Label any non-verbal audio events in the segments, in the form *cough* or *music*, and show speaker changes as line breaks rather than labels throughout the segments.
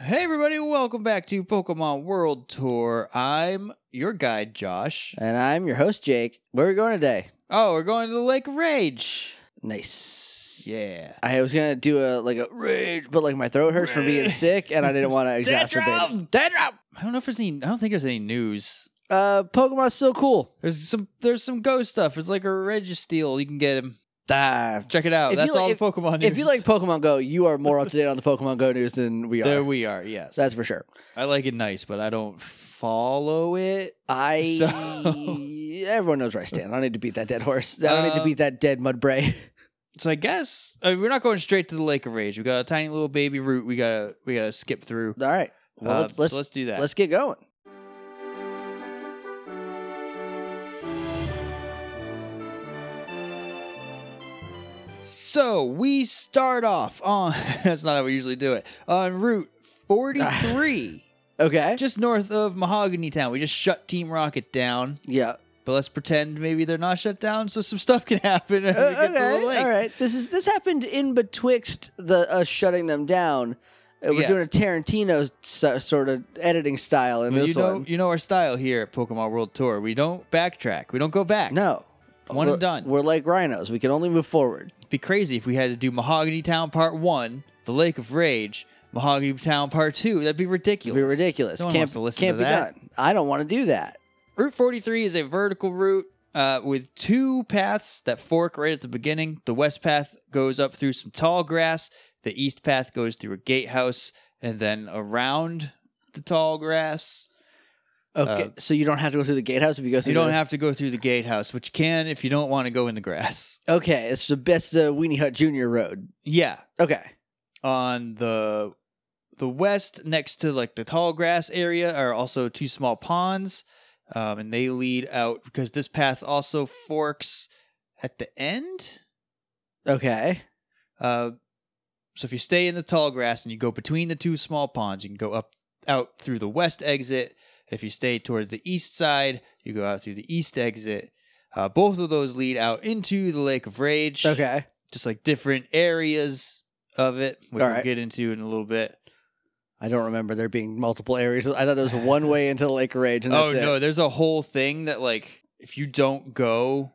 Hey everybody, welcome back to Pokemon World Tour. I'm your guide, Josh.
And I'm your host, Jake. Where are we going today?
Oh, we're going to the Lake of Rage.
Nice.
Yeah.
I was gonna do a like a rage, but like my throat hurts from being sick, and I didn't want to *laughs* exacerbate. it.
Deadrop! I don't know if there's any I don't think there's any news.
Uh, Pokemon's still cool.
There's some there's some ghost stuff. It's like a Registeel. You can get him.
Ah,
Check it out.
If you
That's
li-
all the Pokemon news.
if you like Pokemon Go, you are more up to date on the Pokemon Go news than we are.
There we are, yes.
That's for *laughs* sure.
I like it nice, but I don't follow it.
I
So-
everyone knows where I stand. I don't need to beat that dead horse. I don't need
Uh,
to beat that dead mudbray.
So I guess I mean, we're not going straight to the Lake of Rage. We got a tiny little baby route we gotta we gotta skip through.
*laughs* All right. Well,
Uh,
let's
so
let's,
let's do that.
Let's get going.
So we start off on. *laughs* that's not how we usually do it. On Route
*sighs*
43,
Okay.
just north of Mahogany Town. We just shut Team Rocket down,
yeah.
but let's pretend maybe they're not shut down, so some stuff can *laughs* happen. And we
Uh,
get to the
okay,
lake.
all right. This is this happened in betwixt the us shutting them down. Uh, we're
Yeah.
doing a Tarantino so, sort of editing style in
Well,
this
you know,
one.
you know our style here at Pokemon World Tour. We don't backtrack. We don't go back.
No,
One
we're,
and done.
We're like rhinos. We can only move forward.
It'd be crazy if we had to do Mahogany Town Part One, The Lake of Rage, Mahogany Town Part Two. That'd be ridiculous.
It'd be ridiculous.
No one
can't
wants to listen
can't
to
be
that.
done. I don't want to do that.
Route 43 is a vertical route uh, with two paths that fork right at the beginning. The west path goes up through some tall grass, the east path goes through a gatehouse and then around the tall grass.
Okay, so you don't have to go through the gatehouse if you go through.
Uh, You don't
the,
have to go through the gatehouse, but you can if you don't want to go in the grass. *laughs*
Okay, it's the best uh, Weenie Hut Junior road.
Yeah,
Okay,
on the the west next to like the tall grass area are also two small ponds um, and they lead out because this path also forks at the end
okay,
Uh, so if you stay in the tall grass and you go between the two small ponds, you can go up out through the west exit. If you stay toward the east side, you go out through the east exit. Uh, both of those lead out into the Lake of Rage.
okay.
Just like different areas of it, which
All
we'll
right.
get into in a little bit.
I don't remember there being multiple areas. I thought there was one way into Lake Rage, and that's
oh
it.
no, there's a whole thing that like if you don't go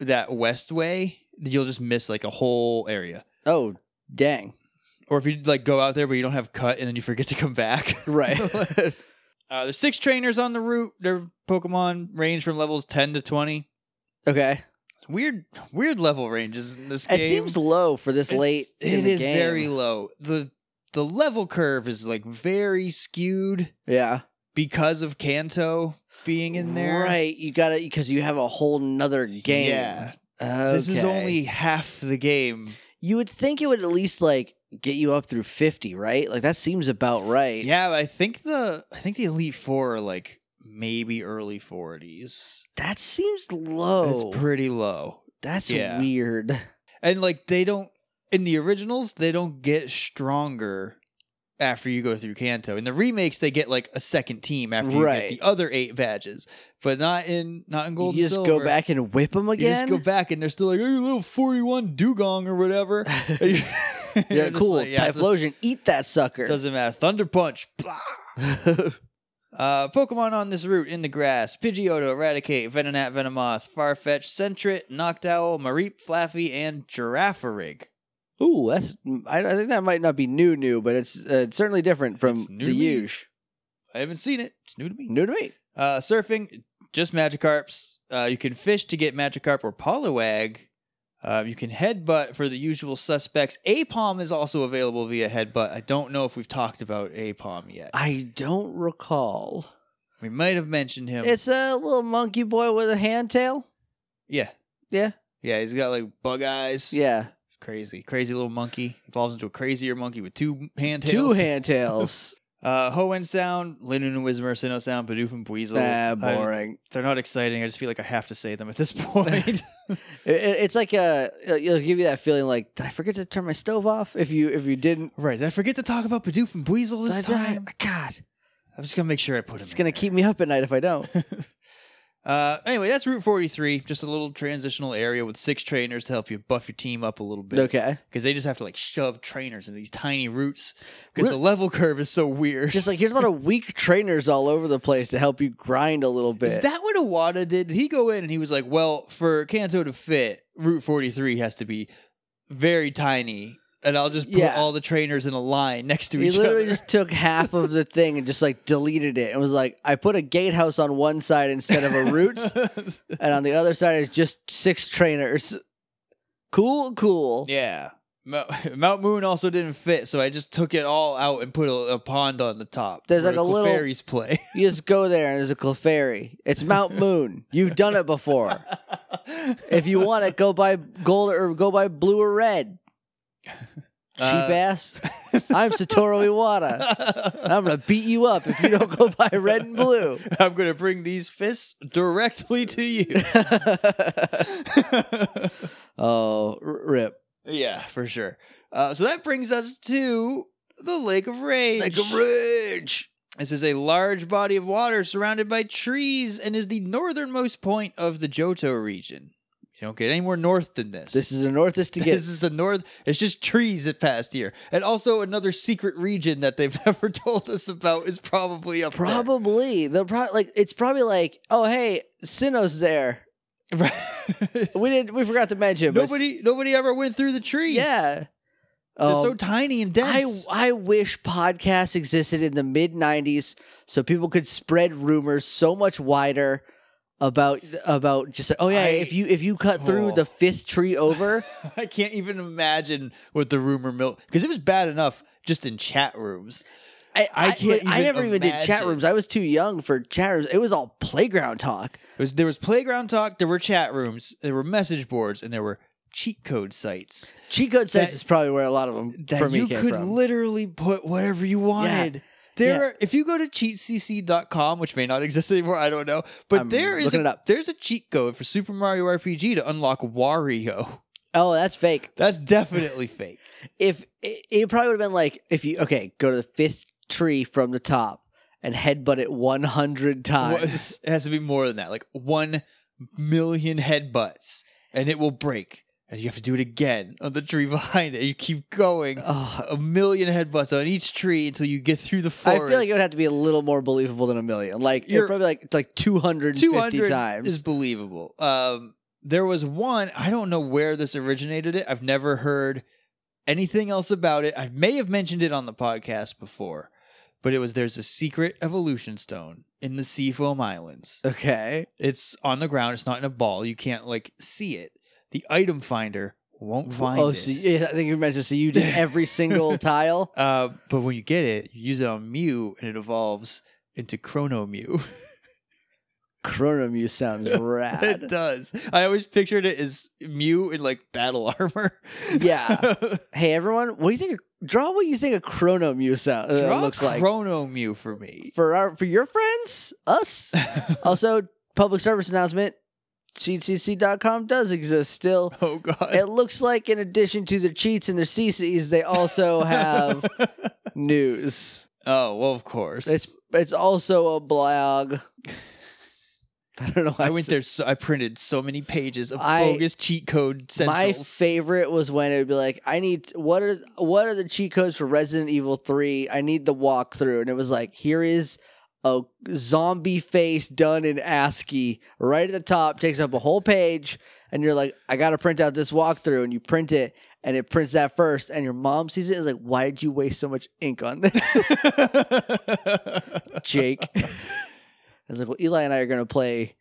that west way, you'll just miss like a whole area.
Oh, dang!
Or if you like go out there but you don't have cut and then you forget to come back. *laughs*
Right. *laughs*
Uh, there's six trainers on the route. Their Pokemon range from levels 10 to 20.
okay.
It's weird, weird level ranges in this
It
game.
seems low for this
It's-
late. in
It
the
is
game.
very low. the The level curve is like very skewed
yeah.
because of Kanto being in there.
right? You got to because you have a whole nother game.
Yeah.
Okay.
This is only half the game.
You would think it would at least like get you up through fifty, right? Like that seems about right.
Yeah, but I think the I think the Elite Four are like maybe early 40s.
That seems low.
It's pretty low.
That's
yeah.
weird.
And like they don't in the originals, they don't get stronger after you go through Kanto. In the remakes, they get like a second team after you get
Right.
the other eight badges, but not in not in Gold.
you
and
just
Silver.
go back and whip them
You
again.
just go back, and they're still like, "Oh, you little forty-one dugong or whatever." *laughs*
*laughs*
And you're- and
yeah,
you're just
cool.
like, yeah, it
Typhlosion, eat that sucker.
Doesn't matter. Thunder punch. Blah. Uh, Pokemon on this route in the grass: Pidgeotto, Eradicate, Venonat, Venomoth, Farfetch, Sentret, Noctowl, Mareep, Flaffy, and Girafarig.
*laughs* Ooh, that's. I, I think that might not be new, new, but it's uh, it's certainly different from
It's new
the
to me.
usual.
I haven't seen it. It's new to me.
New to me.
Uh, surfing, just Magikarps. Uh, you can fish to get Magikarp or Poliwag. Uh, you can headbutt for the usual suspects. Apom is also available via headbutt. I don't know if we've talked about Apom yet.
I don't recall.
We might have mentioned him.
It's a little monkey boy with a hand tail.
yeah.
Yeah.
Yeah, he's got like bug eyes.
Yeah,
Crazy. Crazy little monkey. Evolves into a crazier monkey with two hand
two
tails. *laughs*
hand tails.
Uh, Hoenn sound, Linen and Wismer, Sinnoh sound, Bidoof and Buizel.
ah,
I-
boring.
they're not exciting. I just feel like I have to say them at this *laughs* point.
It, it- it's like a uh, it'll give you that feeling like did I forget to turn my stove off? If you if you didn't,
Right. Did I forget to talk about Bidoof and Buizel this
Did I-
time?
God,
I'm just gonna make sure I put him. *laughs*
it's gonna keep me up at night if I don't.
keep. Uh, anyway, that's Route 43, just a little transitional area with six trainers to help you buff your team up a little bit.
Okay.
Because they just have to like shove trainers in these tiny routes because
Re-
the level curve is so weird.
Just like here's a lot of weak trainers all over the place to help you grind a little bit.
Is that what Iwata did? Did he go in and he was like, well, for Kanto to fit, Route 43 has to be very tiny, and I'll just put
Yeah.
all the trainers in a line next to
he
each
literally
other.
just *laughs* took half of the thing and just like deleted it and was like, I put a gatehouse on one side instead of a route,
*laughs*
and on the other side is just six trainers. Cool, *laughs* cool.
yeah. Mo- Mount *laughs* Moon also didn't fit, so I just took it all out and put a, a pond on the top.
There's
where
like a little-
Clefairies play. *laughs*
You just go there and there's a Clefairy. It's Mount Moon. You've done it before. If you want it, go buy gold or go buy blue or red. Cheap
Uh, *laughs*
ass. I'm Satoru Iwata. And I'm gonna beat you up if you don't go buy red and blue.
I'm going to bring these fists directly to you. *laughs*
oh, r- rip.
yeah, for sure. Uh, so that brings us to the Lake of Rage.
rage.
This is a large body of water surrounded by trees and is the northernmost point of the Johto region. You don't get any more north than this.
This is the northest to get.
This is the north. It's just trees it passed here, and also another secret region that they've *laughs* never told us about is probably up there.
Probably the pro- like it's probably like oh hey Sinnoh's there
*laughs*
we did we forgot to mention but
nobody, nobody ever went through the trees.
yeah
they're
Um,
so tiny and
I
dense.
I wish podcasts existed in the mid '90s so people could spread rumors so much wider about about just oh yeah
I-
if you if you cut through
Oh.
the fifth tree over
I, can't even imagine what the rumor mill because it was bad enough just in chat rooms.
I
*laughs* I can't
I
even
never even did chat
imagine.
rooms I was too young for chat rooms it was all playground talk
It was there was playground talk, there were chat rooms, there were message boards, and there were cheat code sites
cheat code sites
That-
is probably where a lot of them
that
for me
you
came
could
from
literally put whatever you wanted. There,
Yeah.
are, if you go to cheatcc.com, which may not exist anymore, I don't know, but
I'm
there is a,
looking it up.
there's a cheat code for Super Mario RPG to unlock Wario. *laughs*
oh that's fake
That's
*laughs*
definitely fake.
if it, it probably would have been like if you okay go to the fifth tree from the top and headbutt it 100
What- *laughs*
times
It has to be more than that, like one million headbutts, and it will break. And you have to do it again on the tree *laughs* behind it. You keep going.
Ugh.
a million headbutts on each tree until you get through the
i
forest.
feel like it would have to be a little more believable than a million like you're
You're-
probably like like 250
200
times
is believable. Um, there was one I don't know where this originated. It I've never heard anything else about it. I may have mentioned it on the podcast before, but it was there's a secret evolution stone in the Seafoam Islands.
okay
It's on the ground. It's not in a ball. You can't like see it. The item finder won't find
oh
it.
so yeah, i think you mentioned so you *laughs* did every single tile
Uh, but when you get it, you use it on Mew, and it evolves into Chrono Mew. *laughs*
chronomuse *laughs* sounds
it
rad
does. I always pictured it as Mew in like battle *laughs* armor. Uh,
yeah hey everyone what do you think of, draw what you think a chronomuse sound, uh,
Draw
looks like
Chrono Mew for me.
for our for your friends us *laughs* Also, public service announcement cheatcc.com does exist still.
*laughs* oh god.
It looks like, in addition to the cheats and their CCs, they also *laughs* have news.
*laughs* oh well, of course.
It's it's also a blog. *laughs* I don't know. Why
I went
said-
there. So, I printed so many pages of
I-
bogus cheat code
My
centrals.
favorite was when it would be like, I need what are what are the cheat codes for Resident Evil Three? I need the walkthrough, and it was like, here is a zombie face done in ASCII right at the top, takes up a whole page, and you're like, I gotta print out this walkthrough, and you print it, and it prints that first, and your mom sees it, and is like, why did you waste so much ink on this, *laughs*
*laughs*
Jake? I was like, well, Eli and I are gonna play.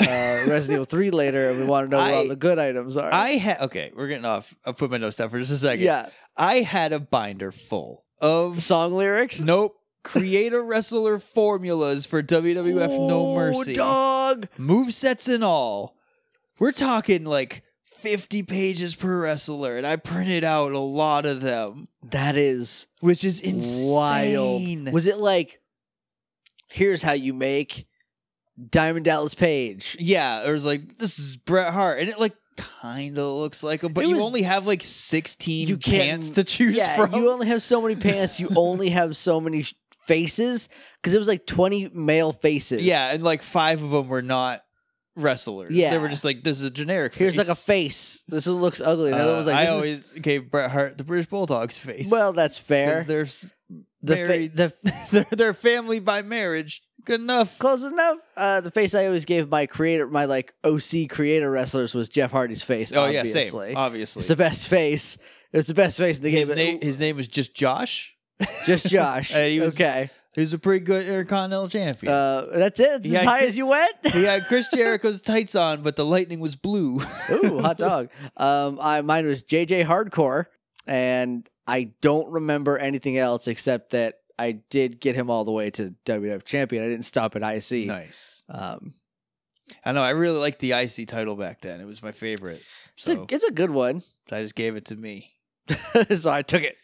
Uh, Resident Evil 3 later, and we want to know what
I-
all the good items are.
I had okay. We're getting off. I'll put my notes down for just a second.
yeah,
I had a binder full of
song lyrics.
nope. Creator wrestler formulas for WWF No
Ooh,
Mercy.
Dog.
move sets and all. We're talking like 50 pages per wrestler, and I printed out a lot of them,
That is
which is
insane.
insane.
wild. Was it like, here's how you make Diamond Dallas Page?
yeah, it was like this is Bret Hart, and it like kind of looks like him, but
It
you
was-
only have like 16
You can't-
pants to choose
yeah,
from. *laughs*
you only have so many pants. You only have so many sh- faces because it was like twenty male faces.
yeah, and like five of them were not wrestlers.
Yeah.
They were just like, this is a generic
Here's like a
face.
face. This one looks ugly. The
Uh,
other one's like,
I
this is-
always gave Bret Hart the British Bulldog's face.
well, that's fair.
*laughs* because they're, s-
The fa-
married.
the
they're they're family by marriage. Good enough.
close enough. Uh, the face I always gave my creator, my like OC creator wrestlers was Jeff Hardy's face.
Oh yeah,
obviously.
same. Obviously,
It's the best face. It's the best face in the game.
his name his name was just Josh. *laughs*
Just Josh.
And he was-
okay.
He was a pretty good Intercontinental Champion.
Uh, that's it. That's
Yeah,
as
I
high
could-
as
*laughs*
you went.
he had Chris Jericho's tights on, but the lightning was blue.
*laughs* Ooh, hot dog. Um, I mine was JJ Hardcore, and I don't remember anything else except that I did get him all the way to WWF champion. I didn't stop at IC.
nice.
Um,
I know. I really liked the IC title back then. It was my favorite.
it's,
So
a, it's a good one, *laughs*
I just gave it to me.
so I took it.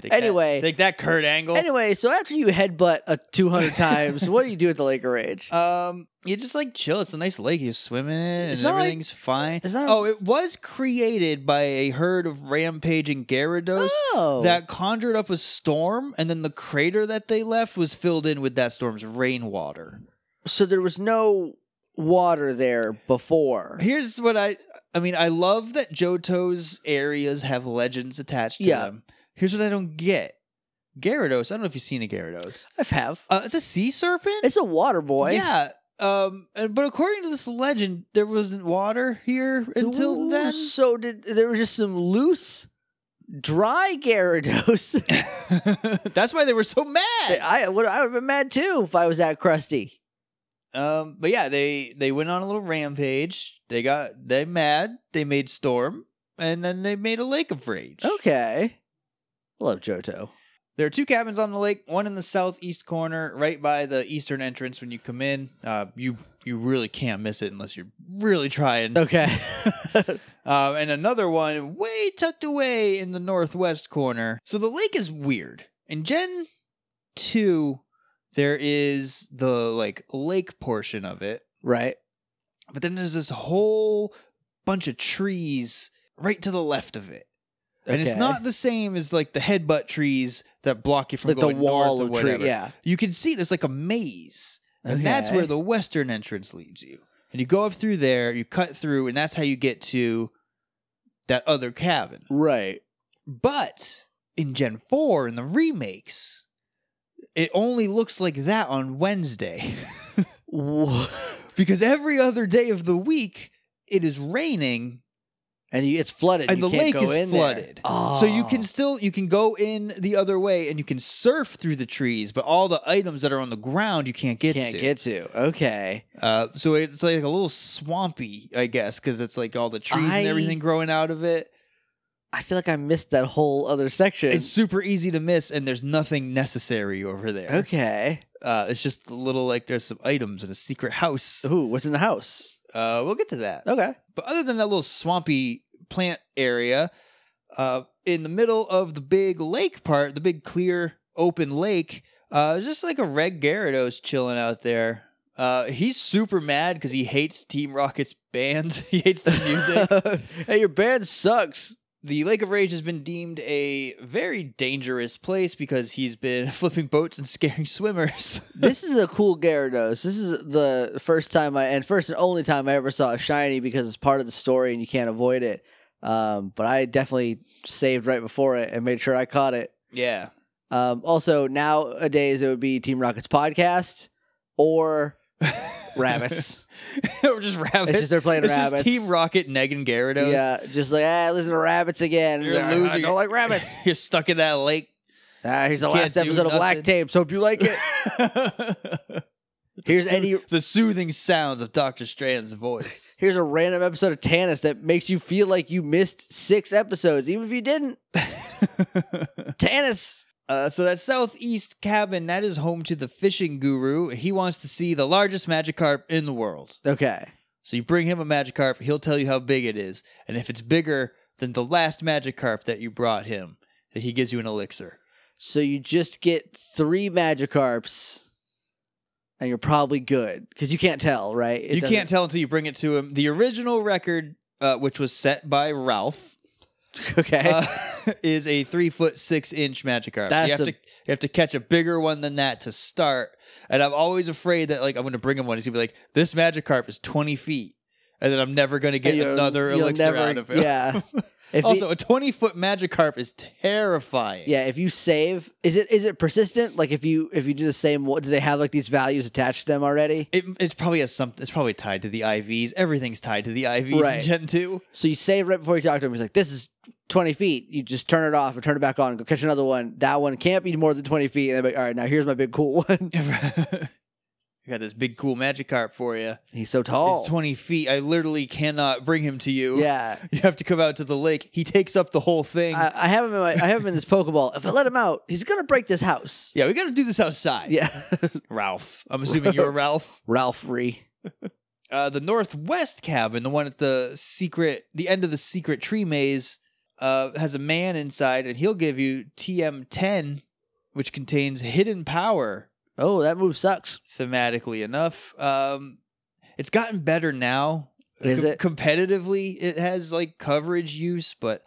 Take that-
Anyway.
take that, Kurt Angle.
Anyway, so after you headbutt a two hundred times, what do you do at the Laker Rage?
Um, you just like chill. It's a nice lake. You swim in it,
It's
and
not like-
everything's fine.
it's not-
oh, it was created by a herd of rampaging Gyarados
Oh,
that conjured up a storm, and then the crater that they left was filled in with that storm's rainwater.
so there was no water there before.
Here's what I I mean, I love that Johto's areas have legends attached to
Yeah.
them. Here's what I don't get. Gyarados, I don't know if you've seen a Gyarados.
I have.
Uh, it's a sea serpent?
It's a water boy.
Yeah. Um and, but according to this legend, there wasn't water here until
Ooh,
then.
So did there was just some loose, dry
*laughs*
Gyarados.
*laughs* That's why they were so
Hey,
mad.
I would I would have been mad too if I was that crusty.
Um but yeah, they they went on a little rampage. They got they mad, they made storm, and then they made a lake of rage.
Okay. Love Johto.
There are two cabins on the lake, one in the southeast corner, right by the eastern entrance when you come in. Uh, you you really can't miss it unless you're really trying.
Okay. *laughs*
*laughs* Uh, and another one way tucked away in the northwest corner. So the lake is weird. In Gen 2, there is the like lake portion of it,
right.
but then there's this whole bunch of trees right to the left of it. And it's
Okay.
not the same as like the headbutt trees that block you from
like the
going
wall
north
of
or
tree.
whatever.
Yeah.
You can see there's like a maze, and that's
Okay.
where the western entrance leads you. And you go up through there, you cut through, and that's how you get to that other cabin.
Right.
But in Gen 4 in the remakes, it only looks like that on
*laughs*
Wednesday
Wha-
because every other day of the week it is raining
And you, it's flooded.
and
You
the
can't
lake
go in
is
there.
flooded
Oh.
so you can still you can go in the other way and you can surf through the trees but all the items that are on the ground you can't get
can't
to
get to. Okay.
uh, so it's like a little swampy i guess because it's like all the trees and
I-
everything growing out of it
I feel like I missed that whole other section.
it's super easy to miss and there's nothing necessary over there
okay.
uh, it's just a little like there's some items in a secret house
Ooh, what's in the house?
uh, we'll get to that
Okay.
But other than that little swampy plant area, uh, in the middle of the big lake part, the big clear open lake, uh, it's just like a red Gyarados chilling out there. Uh, he's super mad because he hates Team Rocket's band. *laughs* he hates the
*laughs*
music.
hey, your band sucks.
the Lake of Rage has been deemed a very dangerous place because he's been *laughs* flipping boats and scaring swimmers.
this is a cool Gyarados. This is the first time I and first and only time I ever saw a shiny because it's part of the story and you can't avoid it. Um, but I definitely saved right before it and made sure I caught it.
*laughs* yeah.
Um, also nowadays it would be Team Rocket's podcast
*laughs*
or rabbits.
or just rabbits.
it's just they're playing
It's just
rabbits.
Team Rocket, Negan Gyarados.
Yeah, just like ah, listen to rabbits again.
You're
Like, "Ah, I
losing
don't
it." *laughs*
like rabbits.
*laughs* You're stuck in that *laughs* lake.
ah, here's the
Can't
last
do
episode of Black
nothing.
Tapes. Hope you
*laughs*
like it. Here's Eddie.
the soothing sounds of Doctor Stran's voice.
Here's a random episode of Tannis that makes you feel like you missed six episodes, even if
*laughs*
you didn't. Tannis.
*laughs* uh, so that southeast cabin that is home to the fishing guru. He wants to see the largest Magikarp in the world.
Okay.
So you bring him a Magikarp, he'll tell you how big it is, and if it's bigger than the last Magikarp that you brought him, that he gives you an elixir.
So you just get three Magikarps and you're probably good because you can't tell, right? It
you
doesn't-
can't tell until you bring it to him. The original record, uh, which was set by Ralph,
*laughs*
*laughs*
Okay.
uh, is a three foot six inch Magikarp. So
That's
you have to
a-
you have to catch a bigger one than that to start. And I'm always afraid that like I'm gonna bring him one. He's gonna be like, this Magikarp is twenty feet, and then I'm never gonna get
You'll-
another
you'll
elixir
never-
out of him. *laughs*
Yeah. If
also,
also,
a twenty foot Magikarp is terrifying.
yeah, if you save, is it is it persistent? Like if you if you do the same, what do they have like these values attached to them already?
It, it's probably has some. It's probably tied to the IVs. Everything's tied to the IVs in
Right.
Gen two. *laughs*
So you save right before you talk to him. He's like, "This is twenty feet." You just turn it off and turn it back on. And go catch another one. That one can't be more than twenty feet. And they're like, "All right, now here's my big cool *laughs* one."
I got this big cool Magikarp for you.
He's so tall.
It's twenty feet. I literally cannot bring him to you.
Oh. Yeah.
You have to come out to the lake. He takes up the whole thing.
I, I have him. In my, I have him in this Pokeball. If I let him out, he's gonna break this house.
yeah, we got to do this outside.
Yeah, *laughs*
Ralph. I'm assuming you're Ralph.
Ralph Ree.
Uh, the northwest cabin, the one at the secret, the end of the secret tree maze, uh, has a man inside, and he'll give you TM10, which contains hidden power.
Oh, that move sucks.
Thematically enough, um, it's gotten better now. Uh,
Is
Com-
it?
competitively? It has like coverage use, but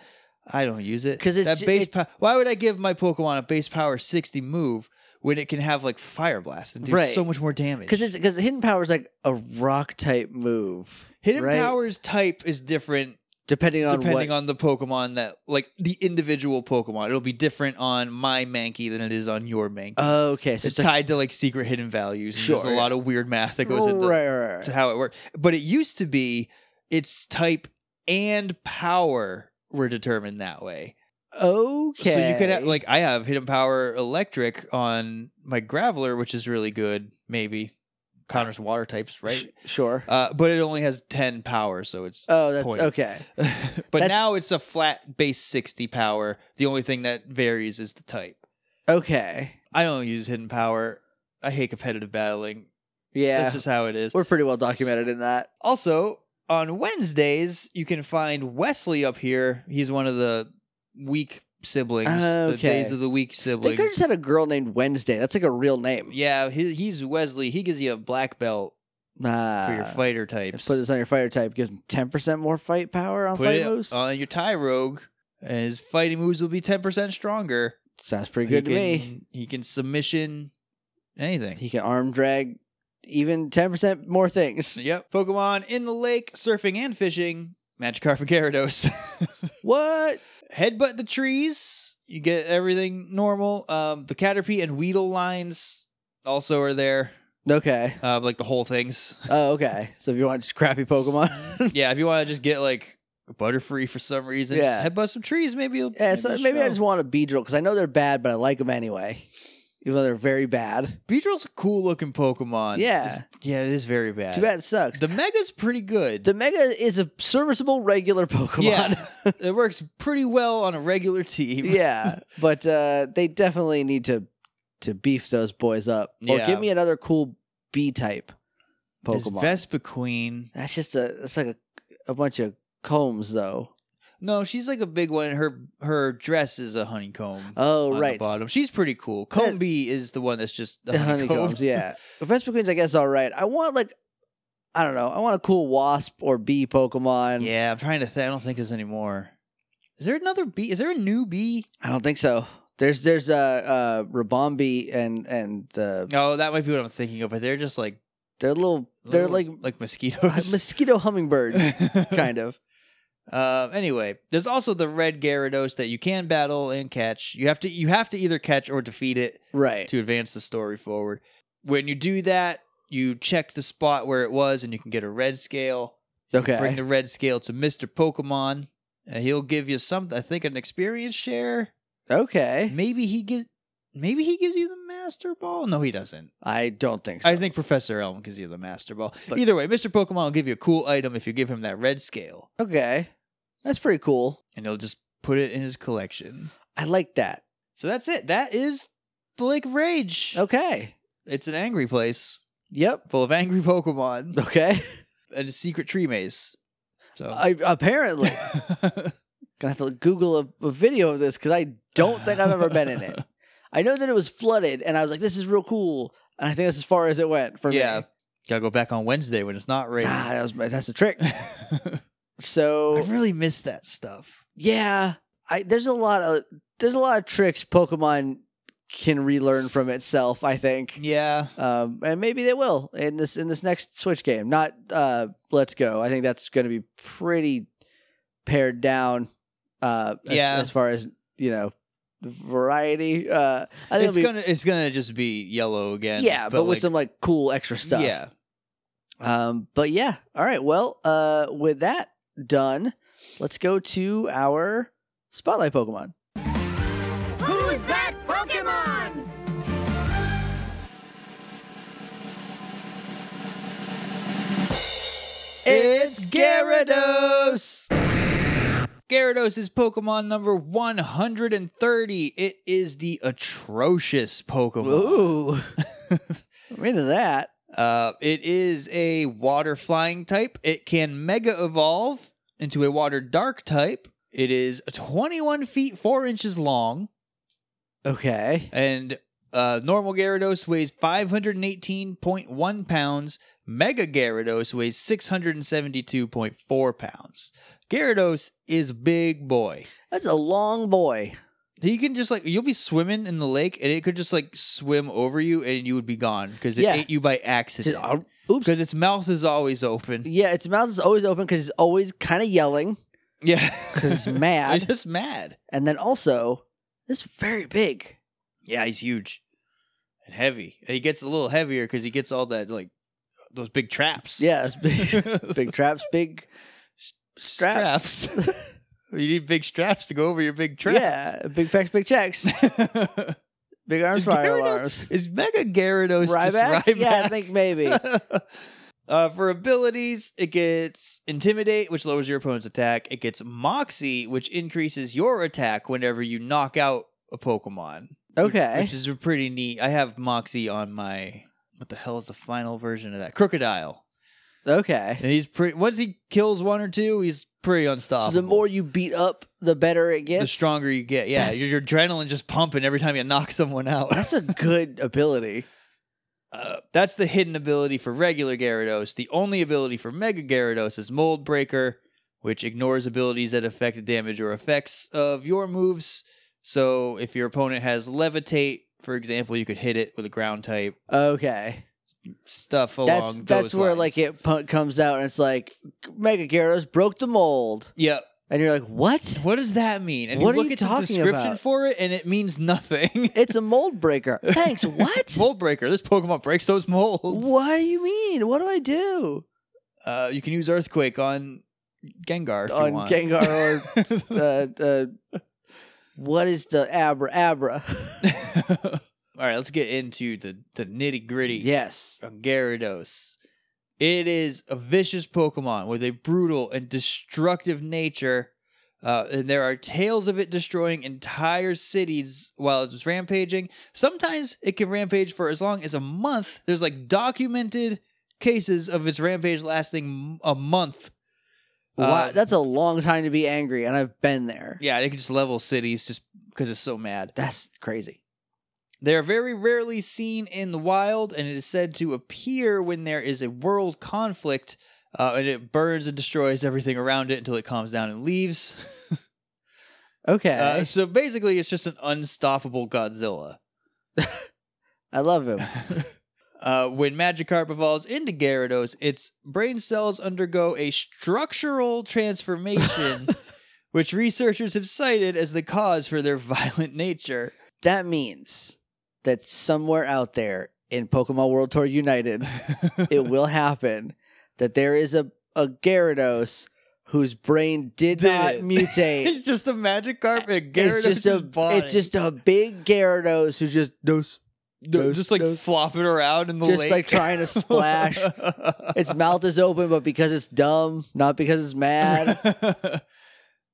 I don't use it
'Cause it's
that
ju-
base.
it-
po- why would I give my Pokemon a base power sixty move when it can have like fire blast and do
Right.
so much more damage?
Because it's because hidden power is like a rock type move.
Hidden
right?
powers type is different
depending on
depending
what.
on the Pokemon that like the individual Pokemon. It'll be different on my Mankey than it is on your Mankey.
oh, okay,
it's
so it's, like,
tied to like secret hidden values. and
Sure,
There's a
yeah.
lot of weird math that goes into
right, right, right.
to how it works. But it used to be its type and power were determined that way.
Okay,
So you could have like I have hidden power electric on my Graveler, which is really good, maybe. Connor's water
*laughs*
types, right?
Sh- sure.
Uh, but it only has 10 power, so it's *laughs*
oh, that's
point.
okay.
but
That's-
now it's a flat base 60 power. The only thing that varies is the type.
Okay,
I don't use hidden power. I hate competitive battling.
yeah,
That's just how it is.
we're pretty well documented in that.
Also, on Wednesdays, you can find Wesley up here. He's one of the weak siblings, the
Ah, Okay.
days of the weak
They
siblings.
could have just had a girl named Wednesday. That's like a real name.
yeah, he, he's Wesley. He gives you a black belt
Ah.
for your fighter
Let's
types.
Put this on your fighter type. Gives him ten percent more fight power on
Put
fight
it
moves.
on your tie rogue, and his fighting moves will be 10% stronger.
Sounds pretty good
he
to
can,
me.
He can submission anything.
He can arm drag even ten percent more things.
Yep. Pokemon in the lake, surfing and fishing. Magikarp and Gyarados. *laughs*
What?
Headbutt the trees. You get everything normal. Um, the Caterpie and Weedle lines also are there.
Okay.
Uh, like the whole things. *laughs*
Oh, okay. So if you want just crappy Pokemon, *laughs*
yeah, if you want to just get like Butterfree for some reason,
Yeah.
just headbutt some trees. Maybe you'll.
yeah. So
it'll
maybe I
show.
just want a Beedrill because I know they're bad, but I like them anyway, even though they're very bad.
Beedrill's a cool looking Pokemon.
Yeah.
It's- yeah, it is very bad.
Too bad it sucks.
The Mega's pretty good.
The Mega is a serviceable regular Pokemon. *laughs*
Yeah, *laughs* it works pretty well on a regular team.
yeah, *laughs* but uh, they definitely need to to beef those boys up, or
Yeah.
give me another cool B type
This
Pokemon.
Vespa Queen.
That's just a it's like a, a bunch of combs though.
No, she's like a big one. Her her dress is a honeycomb.
Oh
on the
right,
bottom. She's pretty cool. Comb B is the one that's just the
the honeycombs.
honeycomb.
*laughs* yeah, but Vespa Queen's I guess all right. I want like I don't know. I want a cool Wasp or Bee Pokemon.
Yeah, I'm trying to think. I don't think there's any more. Is there another bee? Is there a new bee?
I don't think so. There's there's uh uh Rabombi and and uh,
No, Oh, that might be what I'm thinking of. But they're just like
they're little they're
little- *laughs*
like
like mosquitoes.
mosquito hummingbirds
*laughs* kind
kind of.
Uh, anyway, there's also the red Gyarados that you can battle and catch. You have to you have to either catch or defeat it.
Right.
to advance the story forward. When you do that, you check the spot where it was and you can get a red scale.
Okay.
Bring the red scale to Mr. Pokemon. And he'll give you some I think an experience share.
okay.
Maybe he gives maybe he gives you the master ball. No, he doesn't.
I don't think so.
I think Professor Elm gives you the master ball.
But-
Either way, Mr. Pokemon will give you a cool item if you give him that red scale.
okay. That's pretty cool.
And he'll just put it in his collection.
I like that.
So that's it. That is the Lake of Rage.
Oh. Okay.
It's an angry place
Yep.
full of angry
*laughs*
Pokemon.
Okay.
and a secret tree maze. So
I apparently gonna have to Google a, a video of this because I don't think I've ever been in it. I know that it was flooded, and I was like, "This is real cool," and I think that's as far as it went for
yeah,
me.
*laughs* gotta go back on Wednesday when it's not raining.
Ah, that was my, that's the trick.
*laughs* I
So
really miss that stuff.
yeah, I there's a lot of there's a lot of tricks Pokemon can relearn from itself. I think,
Yeah.
um, and maybe they will in this in this next Switch game. Not uh, Let's Go. I think that's going to be pretty pared down. Uh, as,
Yeah.
as far as you know, variety. Uh, I think
It's
it'll be,
gonna it's gonna just be yellow again.
yeah, but, with
like,
some like cool extra stuff.
Yeah.
Um, but yeah, all right. Well, uh, with that done, let's go to our spotlight Pokemon.
Who's that Pokemon?
It's Gyarados! Gyarados is Pokemon number 130. It is the atrocious Pokemon.
*laughs* Ooh, I'm into that.
Uh, it is a water flying type. It can mega evolve into a water dark type. It is 21 feet 4 inches long,
Okay.
and uh, normal Gyarados weighs 518.1 pounds. Mega Gyarados weighs 672.4 pounds. Gyarados is big boy.
That's a long boy.
He can just like you'll be swimming in the lake and it could just like swim over you and you would be gone because it
Yeah.
ate you by
Just,
accident.
uh, oops.
Because its mouth is always open.
yeah, its mouth is always open because it's always kind of yelling
*laughs* Yeah,
because it's
it's
mad.
just mad.
and then also, it's very big.
Yeah, he's huge and heavy, and he gets a little heavier because he gets all that like those big traps. *laughs*
Yeah, it's big, big traps, big straps.
Straps. *laughs* you need big straps to go over your big traps.
Yeah, big packs, big checks, big arms,
Is
fire
Gyarados- *laughs*
alarms.
is Mega Gyarados
Ryback?
just Ryback?
Yeah,
*laughs*
I think maybe.
uh, for abilities, it gets Intimidate, which lowers your opponent's attack. It gets Moxie, which increases your attack whenever you knock out a Pokemon. which-
Okay.
Which is a pretty neat. I have Moxie on my. What the hell is the final version of that? Crocodile.
Okay.
And he's pretty. Once he kills one or two, he's pretty
So
unstoppable.
the more you beat up, the better it
the
gets.
stronger you get. Yeah,
That's-
your, your adrenaline just pumping every time you knock someone out.
That's a good ability.
*laughs* Uh, that's the hidden ability for regular Gyarados. The only ability for Mega Gyarados is Mold Breaker, which ignores abilities that affect damage or effects of your moves. So if your opponent has Levitate, for example, you could hit it with a ground type
Okay.
stuff along
That's
those
that's where
lines.
like it pu- comes out and it's like Mega Gyarados broke the mold,
Yep.
and you're like, what?
What does that mean? And
What are
you look
you
at the
talking
description
about?
for it, and it means nothing.
It's a mold breaker. Thanks. What?
*laughs* mold Breaker. This Pokemon breaks those molds.
what do you mean? What do I do
Uh, you can use Earthquake on Gengar if you
on
want.
Gengar or uh, uh, what is the Abra Abra?
*laughs* All right, let's get into the the nitty gritty.
yes.
on Gyarados. It is a vicious Pokemon with a brutal and destructive nature, uh, and there are tales of it destroying entire cities while it's rampaging. Sometimes it can rampage for as long as a month. There's like documented cases of its rampage lasting m- a month.
wow,
Uh,
that's a long time to be angry, and I've been there.
yeah, it can just level cities just because it's so mad.
That's crazy.
They are very rarely seen in the wild, and it is said to appear when there is a world conflict, uh, and it burns and destroys everything around it until it calms down and leaves.
Okay.
Uh, so basically, it's just an unstoppable
*laughs*
Godzilla.
I love him.
Uh, when Magikarp evolves into Gyarados, its brain cells undergo a structural
*laughs*
transformation, which researchers have cited as the cause for their violent nature.
That means that somewhere out there in Pokemon World Tour United,
*laughs*
it will happen that there is a, a Gyarados whose brain did,
Did
not
it. *laughs*
mutate.
it's just a Magikarp and Gyarados'
it's just a
body.
it's just a big Gyarados who just does
No,
Those-
just like
those-
flopping around in the
just
lake.
like trying
*laughs*
to splash. its mouth is open, but because it's dumb, not because
*laughs*
it's mad.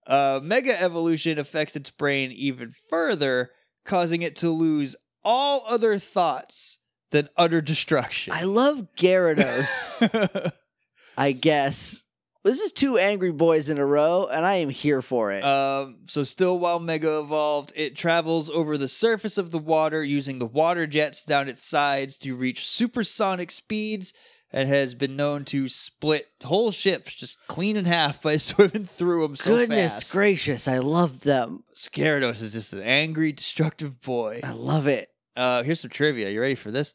uh, mega evolution affects its brain even further, causing it to lose all other thoughts than utter destruction.
I love
*laughs*
Gyarados. I guess this is two angry boys in a row, and I am here for it.
um, so, still while Mega evolved, it travels over the surface of the water using the water jets down its sides to reach supersonic speeds. and has been known to split whole ships just clean in half by *laughs* swimming through them so
Goodness
fast.
gracious, I love them.
Gyarados is just an angry, destructive boy.
I love it.
Uh, here's some trivia. You ready for this?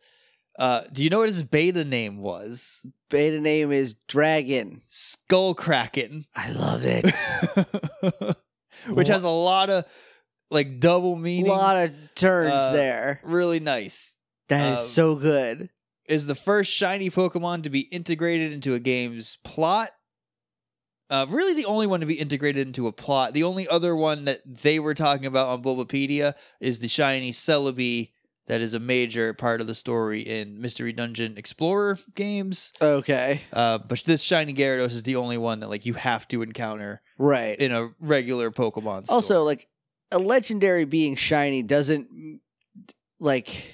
Uh, do you know what his beta name was?
Beta name is Dragon.
*laughs* Skullkraken,
I love it.
which has a lot of like double
a
meaning.
lot of turns
uh,
there.
really nice.
That is
um,
so good.
Is the first shiny Pokemon to be integrated into a game's plot. Uh, really, the only one to be integrated into a plot. The only other one that they were talking about on Bulbapedia is the shiny Celebi. That is a major part of the story in Mystery Dungeon Explorer games.
Okay.
Uh, but this shiny Gyarados is the only one that like you have to encounter
Right.
in a regular Pokemon. Store.
also, like a legendary being shiny doesn't like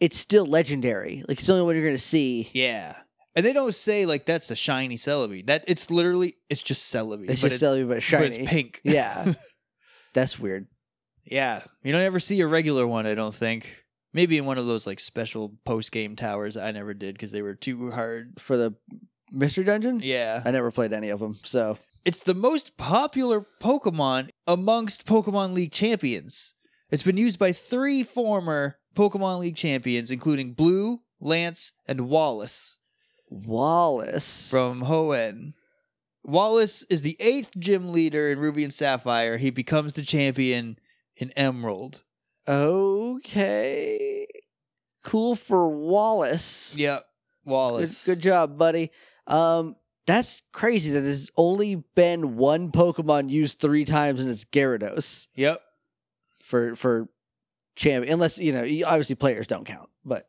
it's still legendary. Like it's the only one you're gonna see.
yeah, and they don't say like that's a shiny Celebi. That it's literally it's just Celebi.
It's
but
just
it-
Celebi, but
but
shiny.
it's pink. *laughs*
Yeah. That's weird.
yeah. You don't ever see a regular one. I don't think. Maybe in one of those like special post game towers. I never did because they were too hard.
For the Mystery Dungeon?
Yeah,
I never played any of them, so
it's the most popular Pokemon amongst Pokemon League champions. It's been used by three former Pokemon League champions, including Blue, Lance, and Wallace.
Wallace.
from Hoenn. Wallace is the eighth gym leader in Ruby and Sapphire. He becomes the champion in Emerald.
Okay. Cool for Wallace.
Yep,
Good,
Wallace.
good job, buddy. Um, that's crazy that there's only been one Pokemon used three times, and it's Gyarados
Yep.
for for champ. Unless you know, you- obviously players don't count, but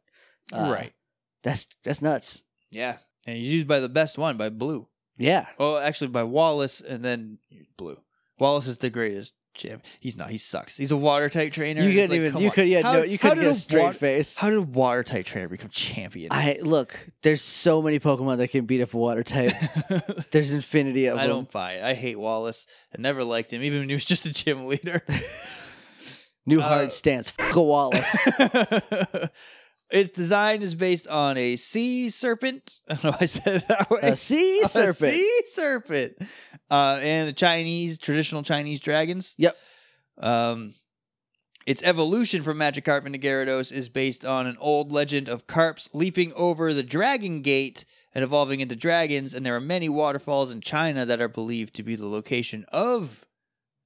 uh,
right.
That's that's nuts.
Yeah. And he's used by the best one, by Blue.
Yeah,
Oh, actually, by Wallace and then Blue. Wallace is the greatest champ. He's not. He sucks. He's a water type trainer.
you
and it's
couldn't
like,
even
come
you
on.
could yeah
How-
no you
how
couldn't
did
get a straight
wa- *laughs*
face.
How did a water type trainer become champion?
I look. There's so many Pokemon that can beat up a
*laughs*
water type. There's infinity
*laughs*
of
I
them.
don't buy it. I hate Wallace. I never liked him, even when he was *laughs* just a gym
*laughs*
leader.
New
uh,
hard stance. Fuck
*laughs*
a Wallace.
its design is based on a sea serpent. *laughs* I don't know why I said it that way.
a sea
A
serpent.
*laughs* sea serpent. Uh, and the Chinese, traditional Chinese dragons.
Yep.
Um, its evolution from Magikarp into Gyarados is based on an old legend of carps leaping over the Dragon Gate and evolving into dragons. And there are many waterfalls in China that are believed to be the location of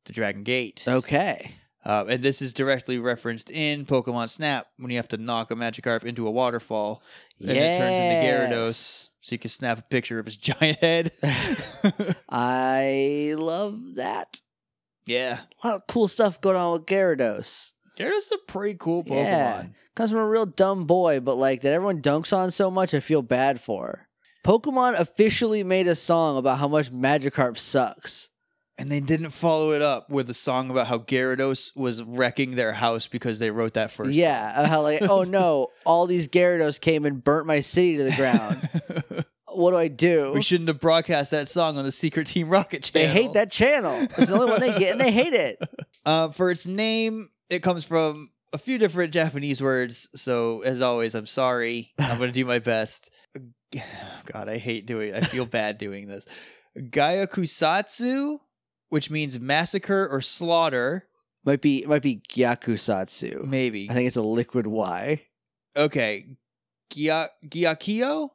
the Dragon Gate.
Okay.
Uh, and this is directly referenced in Pokemon Snap when you have to knock a Magikarp into a waterfall and it turns into
Yes.
Gyarados. So you can snap a picture of his *laughs* giant
*laughs*
head.
I love that.
yeah.
A lot of cool stuff going on with Gyarados.
Gyarados is a pretty cool Pokemon.
Yeah. Comes from a real dumb boy, but like that everyone dunks on so much, I feel bad for. Pokemon officially made a song about how much Magikarp sucks.
And they didn't follow it up with a song about how Gyarados was wrecking their house because they wrote that first.
yeah, of how like, oh
*laughs*
no, all these Gyarados came and burnt my city to the ground.
*laughs* song.
what do I do?
we shouldn't have broadcast that song on the Secret Team Rocket
they
channel.
hate that channel. It's the only one they get, and they
*laughs*
hate it.
Uh, for its name, it comes from a few different Japanese words. So, as always, I'm sorry. I'm going to
*laughs*
do my best. God, I hate doing. I feel bad doing this. Gayakusatsu, which means massacre or slaughter,
Might be might be Gyakusatsu.
maybe.
I think it's a liquid Y.
Okay, Gya- gyakio,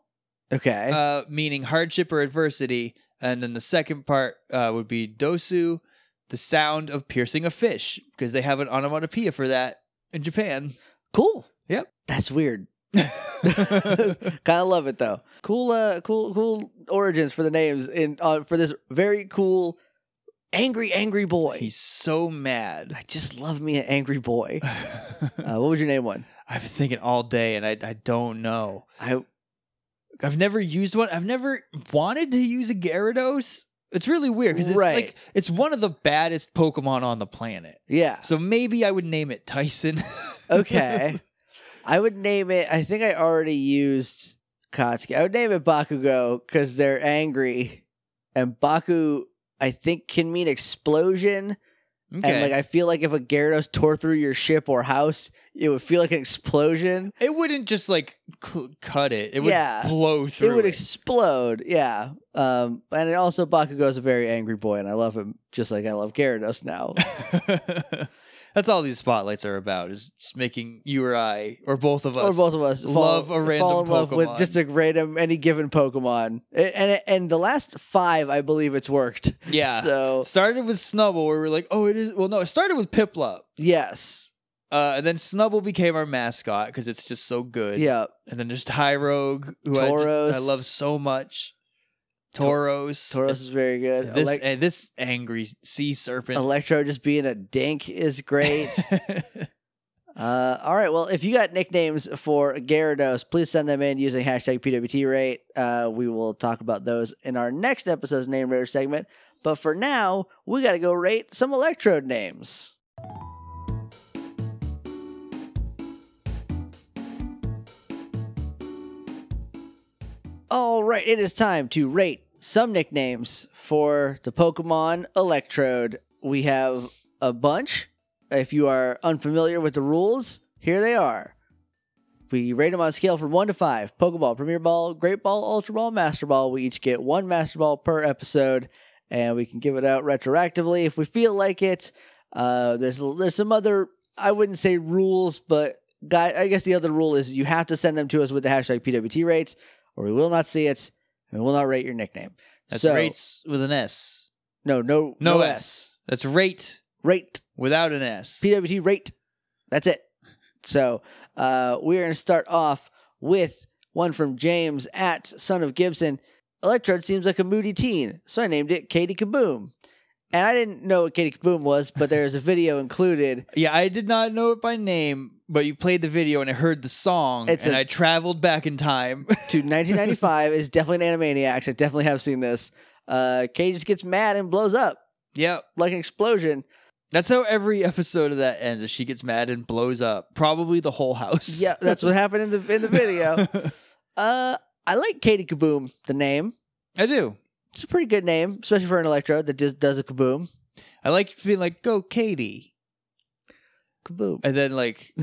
Okay.
uh, meaning hardship or adversity, and then the second part uh, would be dosu, the sound of piercing a fish, because they have an onomatopoeia for that in Japan.
Cool.
Yep.
That's weird. *laughs* Kind of love it though. Cool, uh, cool, cool origins for the names in uh, for this very cool, angry, angry *laughs* boy.
He's so mad.
I just love me an angry boy. *laughs*
I've
Uh, what would your name one?
been thinking all day and I, I don't know.
I
I've never used one. I've never wanted to use a Gyarados. It's really weird because it's
Right.
like it's one of the baddest Pokemon on the planet.
yeah.
So maybe I would name it Tyson. *laughs*
Okay. I would name it. I think I already used Katsuki. I would name it Bakugo because they're angry, and Baku I think can mean explosion,
Okay.
And like I feel like if a Gyarados tore through your ship or house, it would feel like an explosion.
it wouldn't just like cl- cut it. It would
Yeah.
blow through.
it would explode. Yeah. Um and it also Bakugo's a very angry boy and I love him just like I love
*laughs*
Gyarados now.
That's all these spotlights are about is just making you or I or both of
or
us.
both of us fall,
love a random
fall in love with
Pokemon.
just a random any given Pokemon. A- And and the last 5 I believe it's worked.
Yeah.
*laughs* So
started with Snubble where we are like, oh, it is. Well, no, it started with Piplup.
yes.
Uh, and then Snubble became our mascot because it's just so good.
Yeah.
And then there's Tyrogue, who I, ju-
Tauros.
I love so much.
Ta-
Tauros.
Tauros is very good.
This
Elec-
and this angry sea serpent.
Electro just being a dink is great. Uh, all right. Well, if you got nicknames for Gyarados, please send them in using hashtag PWTRate. Uh, we will talk about those in our next episode's Name Raider segment. But for now, we got to go rate some Electrode names. All right. It is time to rate some nicknames for the Pokemon Electrode. We have a bunch. If you are unfamiliar with the rules, here they are. We rate them on a scale from 1 to 5. Pokeball, Premier Ball, Great Ball, Ultra Ball, Master Ball. We each get one Master Ball per episode, and we can give it out retroactively if we feel like it. Uh, there's there's some other I wouldn't say rules, but guy, I guess the other rule is you have to send them to us with the hashtag PWT rates, or we will not see it and we will not rate your nickname.
That's
so
rates with an S.
no no
No,
no
S.
S
That's rate
rate
without an S.
PWT rate. That's it. So uh, we're going to start off with one from James at Son of Gibson. Electrode seems like a moody teen, so I named it Katie Kaboom. And I didn't know what Katie Kaboom was, but there's a video included.
Yeah, I did not know it by name, but you played the video and I heard the song,
It's
and
a-
I traveled back in time. *laughs*
to 1995. It's definitely an Animaniacs. I definitely have seen this. Uh, Katie just gets mad and blows up
yep,
like an explosion.
that's how every episode of that ends. Is she gets mad and blows up probably the whole house.
Yeah, that's what happened in the in
*laughs*
the video. Uh, I like Katie Kaboom, the name.
I do.
It's a pretty good name, especially for an electrode that just does a kaboom.
I like being like, "Go, Katie,"
Kaboom.
and then
*laughs*
like,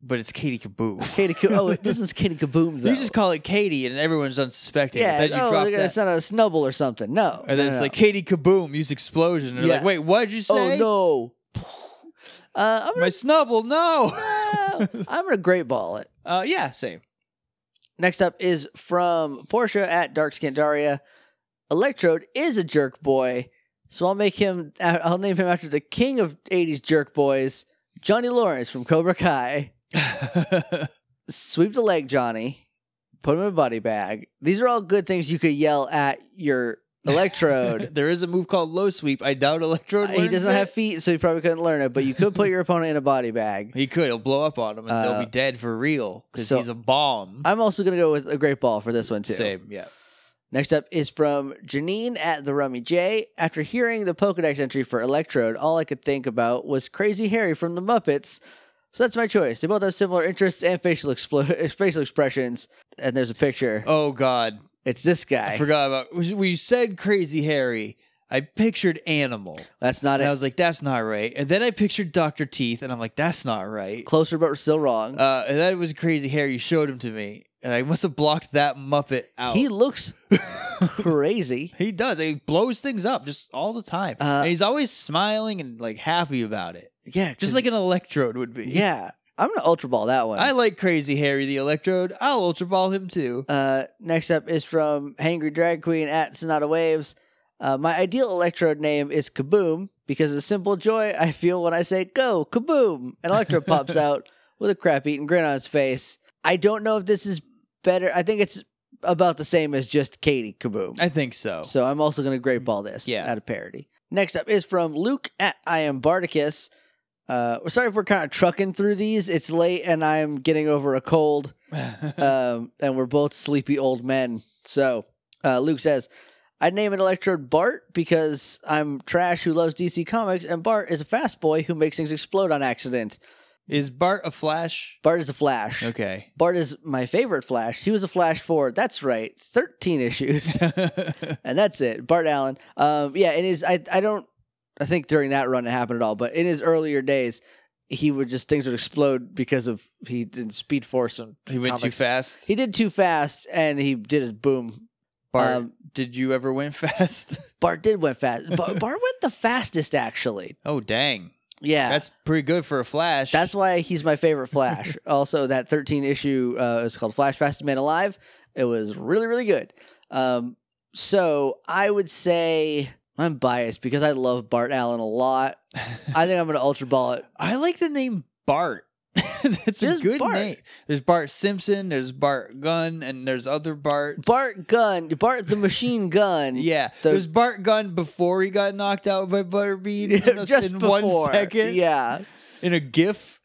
but it's Katie Kaboo.
Katie Ka- oh, this is Katie Kaboom, though.
You just call it Katie, and everyone's unsuspecting.
yeah,
then you drop
oh, they're going to
that,
send out a snubble or something. No.
and then
no,
it's
no.
like Katie Kaboom, use explosion. And they're like,
Yeah.
"Wait, what'd you
oh,
say?"
no.
*laughs*
Uh, I'm going
my
*laughs*
snubble. No. *laughs*
to I'm gonna great ball it.
uh, yeah,
*laughs*
same.
Next up is from Portia at Dark Skin Daria. Electrode is a jerk boy, so I'll make him, *laughs* I'll name him after the king of 80s jerk boys, Johnny Lawrence from Cobra Kai. sweep the leg, Johnny. Put him in a body bag. These are all good things you could yell at
*laughs*
your electrode.
there is a move called low sweep. I doubt Electrode.
Uh, he
learns
doesn't
it.
have feet, so he probably couldn't learn it. But you could
*laughs*
put your opponent in a body bag.
He could. He'll blow up on him, and
Uh,
they'll be dead for real because
so-
he's a bomb.
I'm also gonna go with a great ball for this one too.
Same. Yeah.
Next up is from Janine at the Rummy J. After hearing the Pokedex entry for Electrode, all I could think about was Crazy Harry from the Muppets. So that's my choice. They both have similar interests and facial explo- *laughs* facial expressions. And there's a picture.
Oh God,
It's this
I
guy.
forgot about. We said Crazy Harry. I pictured animal,
That's not
and I
it.
was like, "That's not right." And then I pictured Doctor Teeth, and I'm like, "That's not right."
Closer, but we're still wrong.
Uh, and that was Crazy Harry. You showed him to me, and I must have blocked that Muppet out.
He
*laughs*
looks crazy.
He does. He blows things up just all the time,
Uh,
and he's always smiling and like happy about it,
Yeah,
just like an electrode would be.
yeah. I'm gonna ultra ball that one.
I like Crazy Harry the Electrode. I'll Ultra Ball him too.
uh, next up is from Hangry Drag Queen at Sonata Waves. Uh, my ideal electrode name is Kaboom because of the simple joy I feel when I say "Go Kaboom!" and
*laughs*
Electro pops out with a crap-eating grin on his face. I don't know if this is better. I think it's about the same as just Katie Kaboom.
I think so.
So I'm also going to grape all this
Yeah.
out of parody. Next up is from Luke at I am Bardicus. Uh, we're sorry if we're kind of trucking through these. It's late and I'm getting over a cold,
*laughs*
um, and we're both sleepy old men. So uh, Luke says, I'd name an electrode Bart because I'm trash who loves DC Comics, and Bart is a fast boy who makes things explode on accident.
*laughs* Is Bart a Flash?
Bart is a Flash.
Okay. *laughs*
Bart is my favorite Flash. He was a Flash for, that's right, *laughs* 13 issues. and that's it. Bart Allen. Um, yeah, and his I I don't I think during that run it happened at all, but in his earlier days, he would just things would explode because of he didn't speed force him.
He went
Comics.
too fast.
He did too fast and he did his boom.
Bart,
um,
did you ever win fast? *laughs*
Bart did went fast. Bart, Bart went the fastest actually.
oh dang,
Yeah.
that's pretty good for a flash.
That's why he's my
*laughs*
favorite Flash. also, that 13 issue uh, is called Flash Fastest Man Alive. It was really, really good. Um, so I would say I'm biased because I love Bart Allen a lot. I think I'm going to Ultra
*laughs*
Ball it.
I like the name Bart. *laughs* that's
Just
a good
Bart.
name. There's Bart Simpson. There's Bart Gunn, and there's other Barts.
Bart Gun, Bart the Machine Gun.
Yeah,
The-
there's Bart Gunn before he got knocked out by Butterbean in, a-
*laughs* Just
in
before.
one second
Yeah.
in a GIF.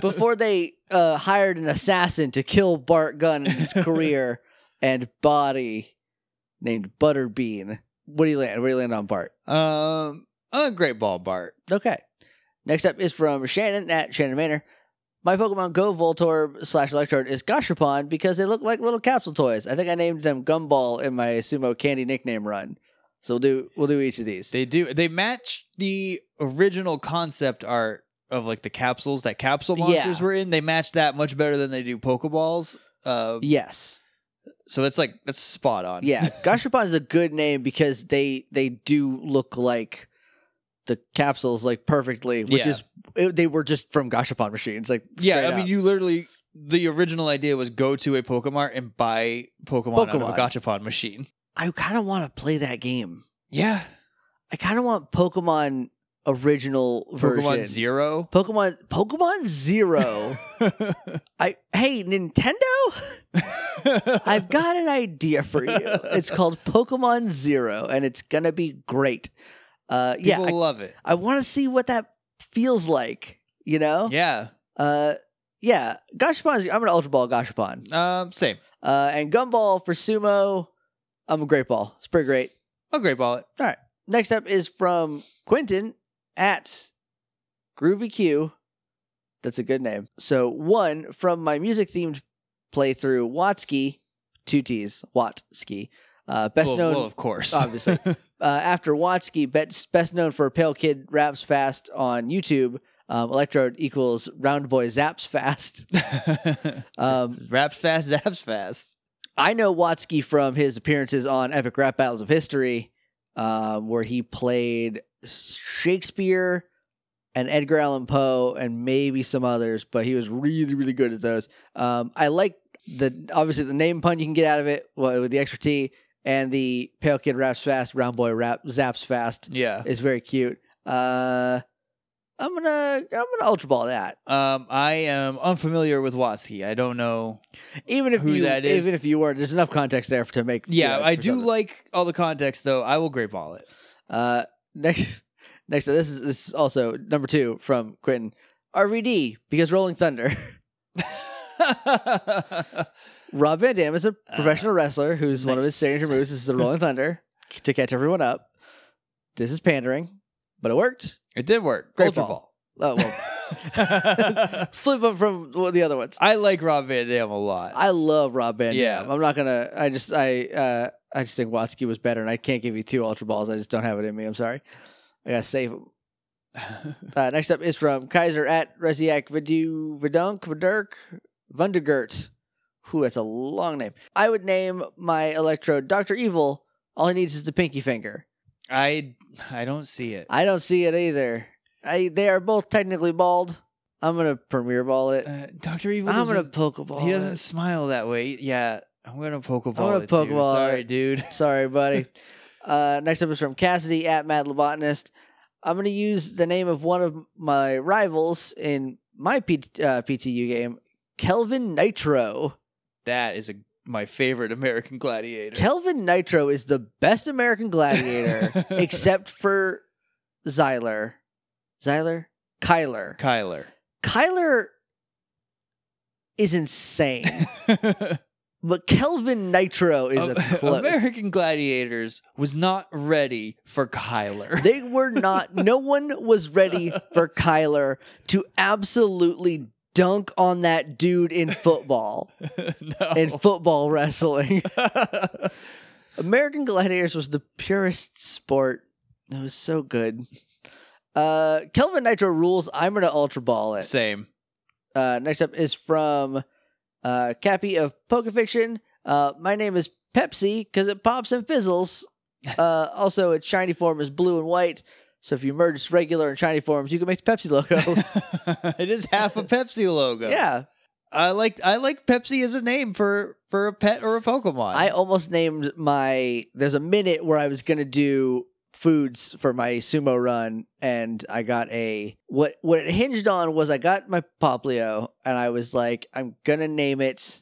Before they uh, hired an assassin to kill Bart Gunn in his career and body named Butterbean. What do you land? What do you land on Bart?
*laughs* um, a great ball, Bart.
Okay. Next up is from Shannon at Shannon Manor. My Pokemon Go Voltorb slash Electrode is Gashapon because they look like little capsule toys. I think I named them Gumball in my Sumo Candy nickname run. So we'll do we'll do each of these.
They do. They match the original concept art of like the capsules that capsule
Yeah.
monsters were in. They match that much better than they do Pokeballs. Uh,
yes.
so it's like that's spot on.
Yeah.
*laughs*
Gashapon is a good name because they they do look like the capsules like perfectly, which
Yeah.
is it, they were just from Gashapon machines. Like
yeah.
straight
I mean,
up.
you literally. The original idea was go to a Pokemart and buy Pokemon, out of a
Pokemon.
Gachapon machine.
I kind of want to play that game.
Yeah,
I kind of want Pokemon original version.
Pokemon Zero.
Pokemon
*laughs*
Pokemon Zero. I hey Nintendo,
*laughs*
I've got an idea for you. It's called Pokemon Zero, and it's gonna be great. Uh, yeah,
People
I,
love it.
I want to see what that feels like. You know,
Yeah.
uh, yeah. Gashapon's I'm gonna Ultra Ball Gashapon,
Um, same.
uh, and Gumball for Sumo. I'm a Great Ball. It's pretty great.
I'll Oh, great ball it.
Next up is from Quentin at Groovy Q. That's a good name. So one from my music themed playthrough, Watsky, two T's, Watsky. Uh, best
well,
known
well, of course. *laughs*
obviously. uh, after Watsky, best, best known for Pale Kid Raps Fast on YouTube. Um, Electrode equals Round Boy Zaps Fast. Um,
Raps fast, *laughs* zaps fast.
I know Watsky from his appearances on Epic Rap Battles of History, um, where he played Shakespeare and Edgar Allan Poe and maybe some others, but he was really, really good at those. Um, I like the obviously the name pun you can get out of it well, with the extra T and the Pale Kid raps fast, Round Boy rap zaps fast
Yeah.
is very cute. Uh, I'm gonna I'm gonna ultra ball that.
Um, I am unfamiliar with Watsky. I don't know.
Even if
Who
you
that is-
even if you were there's enough context there to make
Yeah,
you know,
I
for
do
something.
like all the context though. I will great ball it. *laughs*
Uh, next, *laughs* next. This is this is also number two from Quentin. RVD because Rolling Thunder. *laughs* Rob Van Dam is a professional wrestler who's one of his
nice.
signature moves is the Rolling Thunder to catch everyone up. This is pandering, but it worked.
it did work. Great
Ultra
ball.
Oh,
*laughs*
well, flip up from one of the other ones.
*laughs* I like Rob Van Dam a lot.
I love Rob Van Dam.
Yeah.
I'm not gonna. I just I uh, I just think Watsky was better, and I can't give you two Ultra Balls. I just don't have it in me. I'm sorry. I gotta
*laughs*
save them. Uh, next up is from Kaiser at Resiak Vidu Vidunk Vidurk Vundergert. Whew, that's a long name. I would name my electrode Doctor Evil. All he needs is the pinky finger.
I I don't see it.
I don't see it either. I they are both technically bald. I'm gonna premiere ball it.
Uh, Doctor Evil.
I'm
doesn't-
gonna pokeball.
He doesn't
it.
smile that way. Yeah, I'm gonna pokeball.
gonna
it, too.
Pokeball
Sorry,
it.
dude.
Sorry, buddy. uh, next up is from Cassidy at Mad Lobotanist. I'm going to use the name of one of my rivals in my P- uh, PTU game, Kelvin Nitro.
That is a my favorite American Gladiator.
Kelvin Nitro is the best American
*laughs*
gladiator, except for Xyler. Xyler? Kyler.
Kyler.
Kyler *laughs* is insane, but Kelvin Nitro is a close.
American Gladiators was not ready for Kyler.
They were not, no one was ready for Kyler to absolutely dunk on that dude in football,
*laughs* no.
in football wrestling. American Gladiators was the purest sport It was so good. Uh, Kelvin Nitro rules. I'm gonna Ultra Ball it. *laughs*
Same.
Uh, next up is from uh, Cappy of Pokefiction. Uh, my name is Pepsi because it pops and fizzles. Uh, also, its shiny form is blue and white. So if you merge its regular and shiny forms, you can make the Pepsi logo.
*laughs* it is half a Pepsi logo.
yeah,
I like I like Pepsi as a name for for a pet or a Pokemon.
I almost named my. There's a minute where I was gonna do foods for my sumo run, and I got a what what it hinged on was I got my Poplio, and I was like, I'm gonna name it.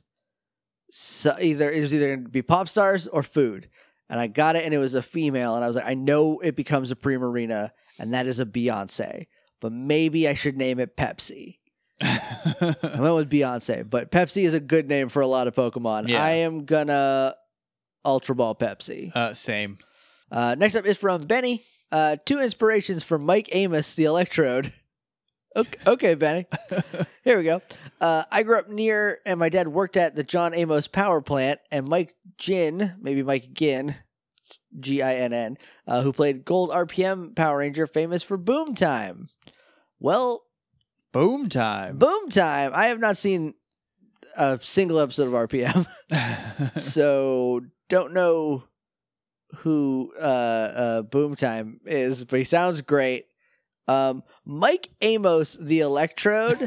So either it was either gonna be pop stars or food, and I got it, and it was a female, and I was like, I know it becomes a Primarina, and that is a Beyonce, but maybe I should name it Pepsi. I went with Beyonce, but Pepsi is a good name for a lot of Pokemon.
Yeah.
I am gonna Ultra Ball Pepsi.
*laughs* uh, same.
Uh, next up is from Benny. Uh, two inspirations from Mike Amos, the Electrode. *laughs* Okay, okay Benny. Here we go. Uh, I grew up near, and my dad worked at the John Amos power plant, and Mike Ginn, maybe Mike Ginn, G I N N, uh, who played Gold RPM Power Ranger, famous for Boom Time. Well,
Boom time.
Boom time. I have not seen a single episode of RPM, *laughs* so don't know who uh, uh, Boom time is, but he sounds great. Um, Mike Amos,
*laughs*
the Electrode,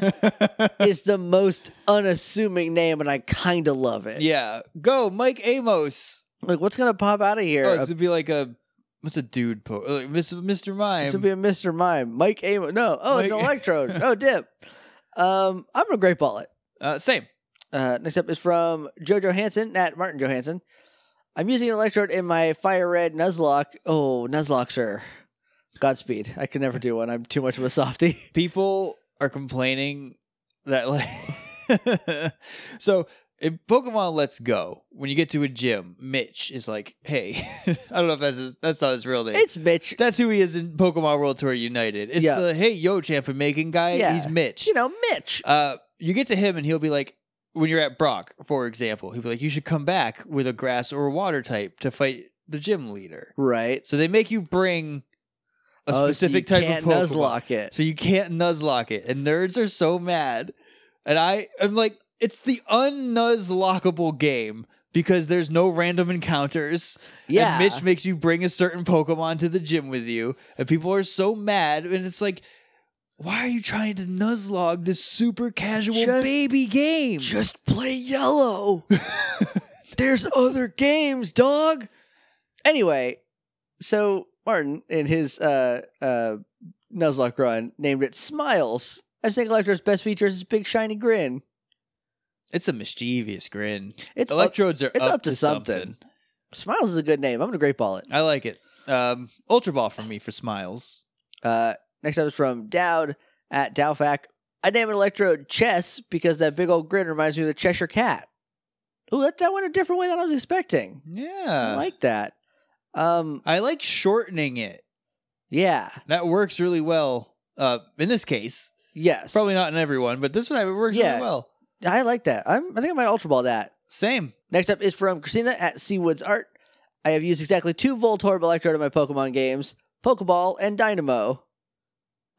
is the most unassuming name, and I kind of love
*laughs*
it.
yeah, go Mike Amos.
Like, what's gonna pop out of here? uh,
Oh, this would be like a what's a dude po- uh, like Mr. Mr. Mime.
This would Uh, be a Mr. Mime. Mike Amos. No. Oh, it's
Mike-
Electrode. oh,
*laughs*
dip. Um, I'm gonna great ball it.
uh, same.
Uh, next up is from Jojo Hansen at Martin Johansson. I'm using an electrode in my fire red Nuzlocke. Oh, Nuzlocke, sir. Godspeed. I can never do one. I'm too much of a softie.
*laughs* People are complaining that like *laughs* so in Pokemon Let's Go, when you get to a gym, Mitch is like, "Hey, *laughs* I don't know if that's his, that's not his real name.
It's Mitch.
That's who he is in Pokemon World Tour United. It's
Yeah.
the hey yo champ and making guy.
Yeah.
He's Mitch.
You know, Mitch.
uh, you get to him and he'll be like, when you're at Brock, for example, he'll be like, you should come back with a grass or a water type to fight the gym leader.
Right.
So they make you bring a
Oh, so
specific
you
type
can't
of Pokemon.
Nuzlocke it.
So you can't nuzlocke it, and nerds are so mad. And I am like, it's the unnuzlockable game because there's no random encounters.
Yeah.
And Mitch makes you bring a certain Pokemon to the gym with you, and people are so mad, and it's like, why are you trying to nuzlocke this super casual
Just-
baby game?
Just play yellow.
*laughs*
There's other games, dog. Anyway, so Martin in his uh uh Nuzlocke run named it Smiles. I just think Electro's best feature is his big shiny grin.
it's a mischievous grin.
It's up-
Electrodes are
it's
up, to, something.
Smiles is a good name. I'm gonna great ball it.
I like it. Um, Ultra Ball for me for smiles.
Uh, next up is from Dowd at Dowfac. I name it Electrode Chess because that big old grin reminds me of the Cheshire Cat. Ooh, that, that went a different way than I was expecting.
Yeah,
I like that. Um,
I like shortening it.
yeah,
That works really well. Uh, in this case,
yes,
probably not in everyone, but this one it works
Yeah.
really well.
I like that. I'm, I think I might ultra ball that.
Same.
Next up is from Christina at Seawoods Art. I have used exactly two Voltorb Electrode in my Pokemon games, Pokeball and Dynamo.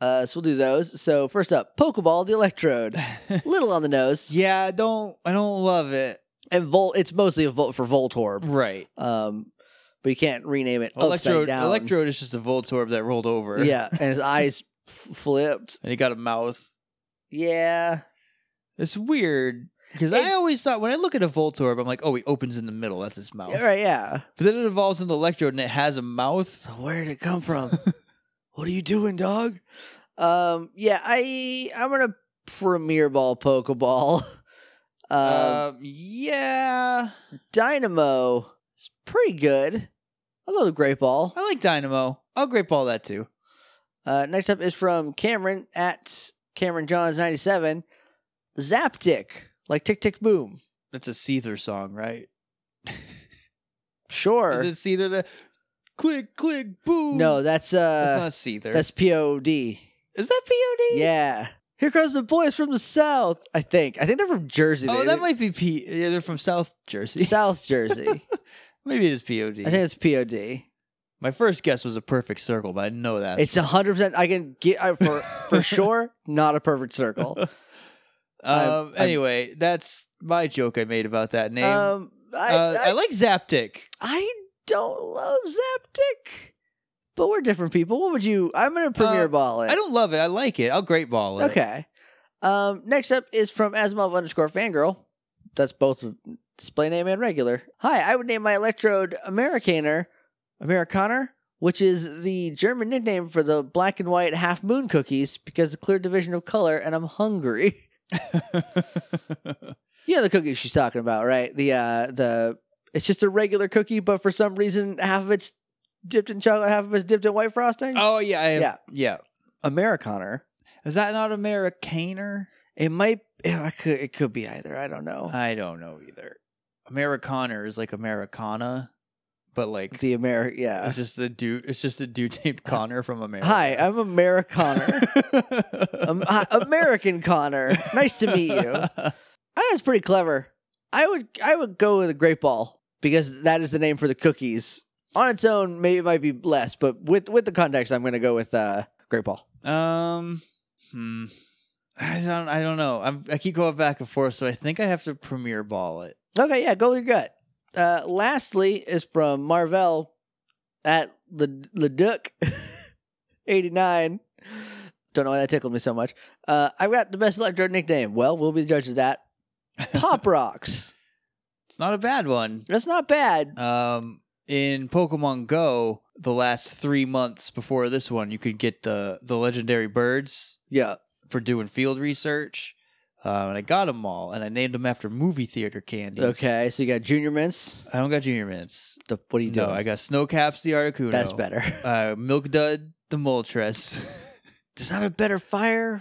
Uh, so we'll do those. So first up, Pokeball
*laughs*
the Electrode, little on the nose.
Yeah, I don't I don't love it.
and Vol it's mostly a vote for Voltorb.
Right.
Um, but you can't rename it upside
Electrode
down.
Electrode is just a Voltorb that rolled over.
Yeah, and his eyes f- flipped.
And he got a mouth.
Yeah,
It's weird. Because I
It's-
always thought when I look at a Voltorb, I'm like, oh, he opens in the middle. That's his mouth.
Yeah, right. Yeah.
But then it evolves into Electrode and it has a mouth.
So where did it
*laughs*
come from? what are you doing, dog? Um, yeah, I I'm gonna Premier Ball Pokeball. *laughs* um,
um, yeah.
Dynamo is pretty good. A little Great Ball.
I like Dynamo. I'll grape all that too.
Uh, next up is from Cameron at Cameron Johns ninety seven. Zaptic, like tick tick boom.
That's a Seether song, right?
Sure.
Is it Seether that click, click, boom?
No, that's
that's
uh
not Seether.
that's POD.
Is that POD?
Yeah. Here comes the boys from the south, I think. I think they're from Jersey.
Oh,
maybe.
that might be P. Yeah, *laughs* they're from South Jersey.
South Jersey.
Maybe it is POD.
I think it's POD.
My first guess was a perfect circle, but I didn't know that.
It's a hundred percent. I can get I, for
*laughs*
for sure. Not a perfect circle.
um,
I'm- I'm-
anyway, that's my joke I made about that *laughs* name.
Um, I,
uh,
I,
I like Zaptic.
I don't love Zaptic, but we're different people. What would you? I'm gonna premiere
Uh,
ball it.
I don't love it. I like it. I'll great ball it.
Okay. Um, next up is from Asmov underscore fangirl. That's both display name and regular. Hi, I would name my electrode Americaner, Americaner, which is the German nickname for the black and white half moon cookies because the clear division of color, and I'm hungry. *laughs* You know the cookies she's talking about, right? The uh, the it's just a regular cookie, but for some reason half of it's dipped in chocolate, half of it's dipped in white frosting.
*laughs* oh yeah, I
Yeah.
yeah, yeah.
Americaner.
Is that not Americaner?
It might. yeah, It could. It could be either. I don't know.
I don't know either. Americaner is like Americana, but like
the uh, America. Yeah.
it's just a dude. It's just a dude
*laughs*
named Connor from America.
Hi, I'm Americaner.
*laughs*
um, hi, American Connor. Nice to meet you.
*laughs*
Ah, That's pretty clever. I would I would go with a great ball because that is the name for the cookies. On its own, maybe it might be less, but with with the context, I'm going to go with uh, great ball.
Um, hmm. I don't. I don't know. I'm, I keep going back and forth, so I think I have to premiere ball it.
Okay, yeah, go with your gut. Uh, lastly is from Marvell at the the Duck *laughs* eighty nine. Don't know why that tickled me so much. Uh, I've got the best electro nickname. Well, we'll be the judge of that. *laughs* Pop rocks.
It's not a bad one.
That's not bad.
Um, in Pokemon Go, the last three months before this one, you could get the the legendary birds
Yeah.
for doing field research, uh, and I got them all, and I named them after movie theater candies.
Okay, so you got Junior Mints.
I don't got Junior Mints.
The, what do you do?
No, I got Snowcaps the Articuno.
That's better.
Uh, Milk Dud the Moltres. *laughs*
There's not a better fire.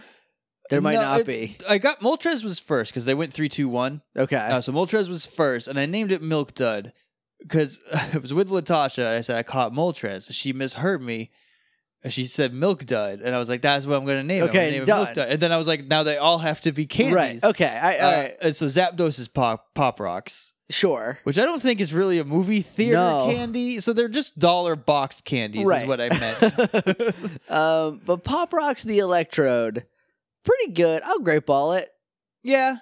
There might
No,
not
it-
be.
I got Moltres was first because they went three, two, one.
Okay.
Uh, so Moltres was first, and I named it Milk Dud *laughs* because I was with Latasha. And I said I caught Moltres. She misheard me. and She said Milk Dud, and I was like, "That's what I'm going to name it. I'm
Okay,
gonna name it."
done.
Milk Dud. And then I was like, "Now they all have to be candies."
right. Okay. I,
Uh,
all right.
and so Zapdos is pop pop rocks,
Sure.
which I don't think is really a movie theater
No.
candy. So they're just dollar box candies,
Right.
is what I
*laughs*
meant.
Um, but Pop Rocks the Electrode, pretty good. I'll great ball it.
yeah,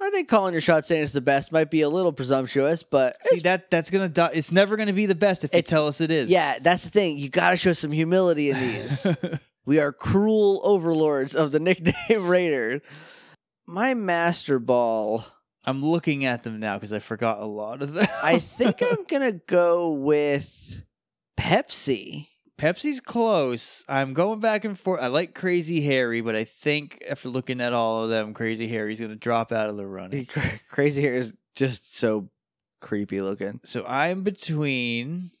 I think calling your shot saying it's the best might be a little presumptuous, but
see
it's-
that that's gonna die. It's never gonna be the best if you
It's-
tell us it is.
yeah, that's the thing. You got to show some humility in
*laughs*
these. We are cruel overlords of the nickname *laughs* Raider. My master ball.
I'm looking at them now because I forgot a lot of them.
I
*laughs*
think I'm gonna go with Pepsi.
Pepsi's close. I'm going back and forth. I like Crazy Harry, but I think after looking at all of them, Crazy Harry's going to drop out of the running.
Cra- Crazy hair is just so creepy looking.
So I'm between.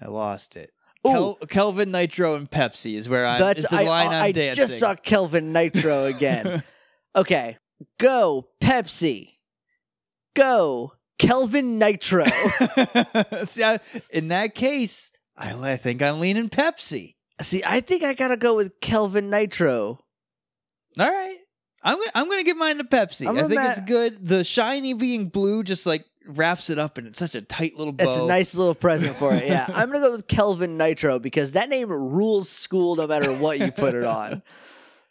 I lost it.
Ooh.
Kel- Kelvin Nitro and Pepsi is where I'm.
That's
is the
I,
line
I,
am
I
dancing.
just saw Kelvin Nitro again. okay, go Pepsi. Go Kelvin Nitro.
*laughs* See, I- in that case, I, I think I'm leaning Pepsi.
See, I think I gotta go with Kelvin Nitro.
All right. I'm gonna I'm gonna give mine to Pepsi.
I'm
i
a
think
ma-
it's good. The shiny being blue just like wraps it up and it's such a tight little bow.
It's
*laughs*
a nice little present for it. Yeah, I'm gonna go with Kelvin Nitro because that name rules school no matter what you put it on.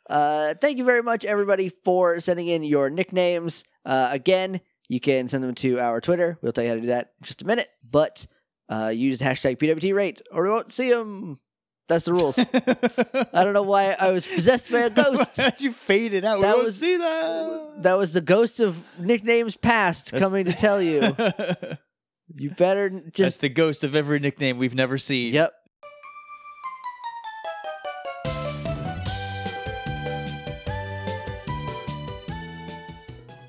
Uh, thank you very much, everybody, for sending in your nicknames. Uh, again, you can send them to our Twitter. We'll tell you how to do that in just a minute. But uh, use hashtag PWT rate or we won't see them. That's the rules. I don't know why I was possessed *laughs* by a ghost.
*laughs* How'd you fade it out?
That
we won't
was-
see that.
That was the ghost of nicknames past
That's-
coming to
*laughs*
tell *laughs* you. You better
That's
just.
the ghost of every nickname we've never seen.
Yep.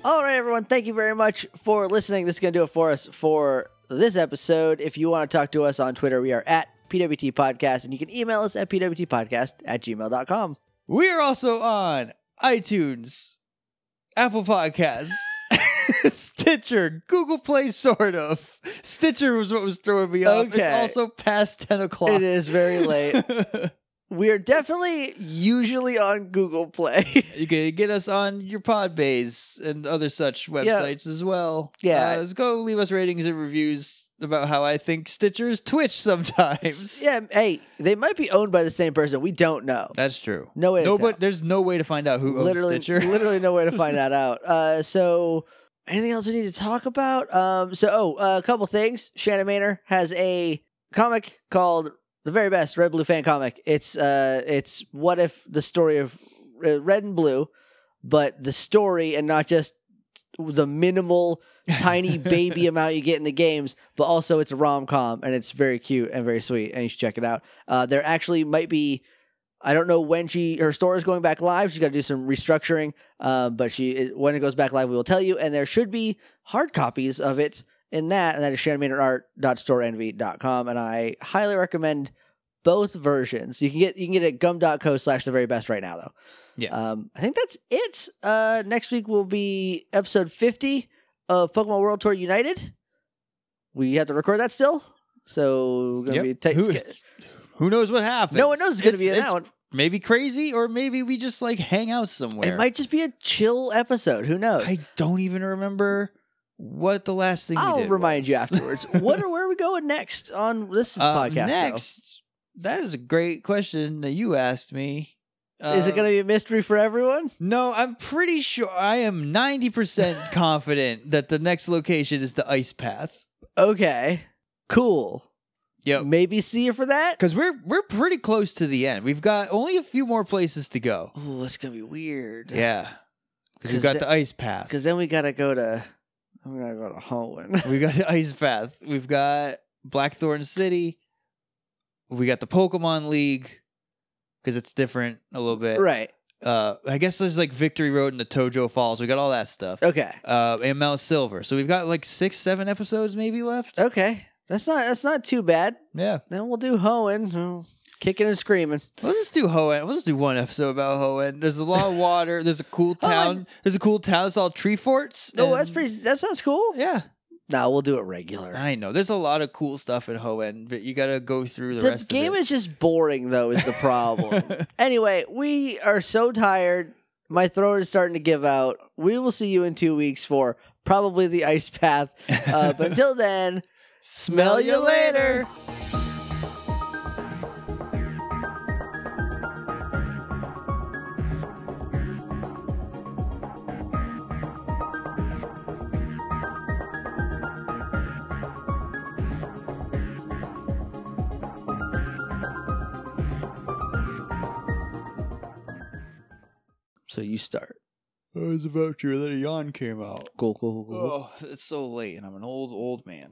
All right, everyone. Thank you very much for listening. This is going to do it for us for this episode. If you want to talk to us on Twitter, we are at PWT Podcast, and you can email us at PWTpodcast at gmail.com.
We are also on iTunes, Apple Podcasts, *laughs* Stitcher, Google Play, sort of. Stitcher was what was throwing me off.
Okay.
It's also past ten o'clock.
It is very late.
*laughs*
we are definitely usually on Google Play.
You can get us on your Podbase and other such websites as well.
Yeah.
Uh, just go leave us ratings and reviews. about how I think Stitcher's Twitch sometimes.
*laughs* Yeah, hey, they might be owned by the same person. We don't know.
That's true.
No way to
No, but
tell.
there's no way to find out who
literally,
owns Stitcher. *laughs*
literally no way to find that out. Uh, so anything else we need to talk about? Um, so oh, uh, a couple things. Shannon Maynor has a comic called the very best Red Blue fan comic. It's uh, it's what if the story of uh, Red and Blue, but the story and not just the minimal tiny baby amount you get in the games but also it's a rom-com and it's very cute and very sweet and you should check it out uh, there actually might be I don't know when she her store is going back live. She's got to do some restructuring, uh, but she it, when it goes back live, we will tell you. And there should be hard copies of it in that, and that is shannonmaynardart.storeenvy.com. And I highly recommend both versions. You can get you can get it at gum.co slash the very best right now though.
Yeah.
Um, I think that's it. Uh, next week will be episode fifty of Pokemon World Tour United. We have to record that still, so gonna
Yep.
be tight.
Who- Who knows what happens?
no one knows it's gonna be in
it's
that one.
Maybe crazy, or maybe we just like hang out somewhere.
It might just be a chill episode. Who knows?
I don't even remember what the last thing. we
I'll
did
remind
was. *laughs*
you afterwards. what are, where are we going next on this
Uh,
podcast? though?
next, that is a great question that you asked me.
is
uh,
it going to be a mystery for everyone?
No, I'm pretty sure. I am
*laughs*
90% confident that the next location is the ice path.
Okay, cool.
Yep.
Maybe see you for that.
Because we're we're pretty close to the end. We've got only a few more places to go.
Oh, it's gonna be weird.
Yeah. Because
Cause
we've got
the-
the ice path.
because then we gotta go to. I'm gonna go to *laughs* Holland.
we got the ice path. We've got Blackthorn City. We got the Pokemon League because it's different a little bit.
right.
Uh, I guess there's like Victory Road and the Tojo Falls. We got all that stuff.
Okay.
Uh, and Mount Silver. So we've got like six, seven episodes maybe left.
Okay. That's not. That's not too bad.
Yeah.
Then we'll do Hoenn, oh, kicking and screaming.
Let's just do Hoenn. Let's do one episode about Hoenn. There's a lot of water. There's a
*laughs*
cool town. There's a cool town. It's all tree forts.
Oh,
and-
that's pretty. That sounds
*laughs*
cool.
Yeah,
No, we'll do it regular.
I know. There's a lot of cool stuff in Hoenn, but you got to go through the,
the
rest
game
of it.
is just boring though is
*laughs*
the problem anyway we are so tired my throat is starting to give out we will see you in two weeks for probably the ice path uh, but
*laughs*
until then smell you later so you start
I was about to, then a yawn came out.
go go go, go.
Oh, it's so late, and I'm an old, old man.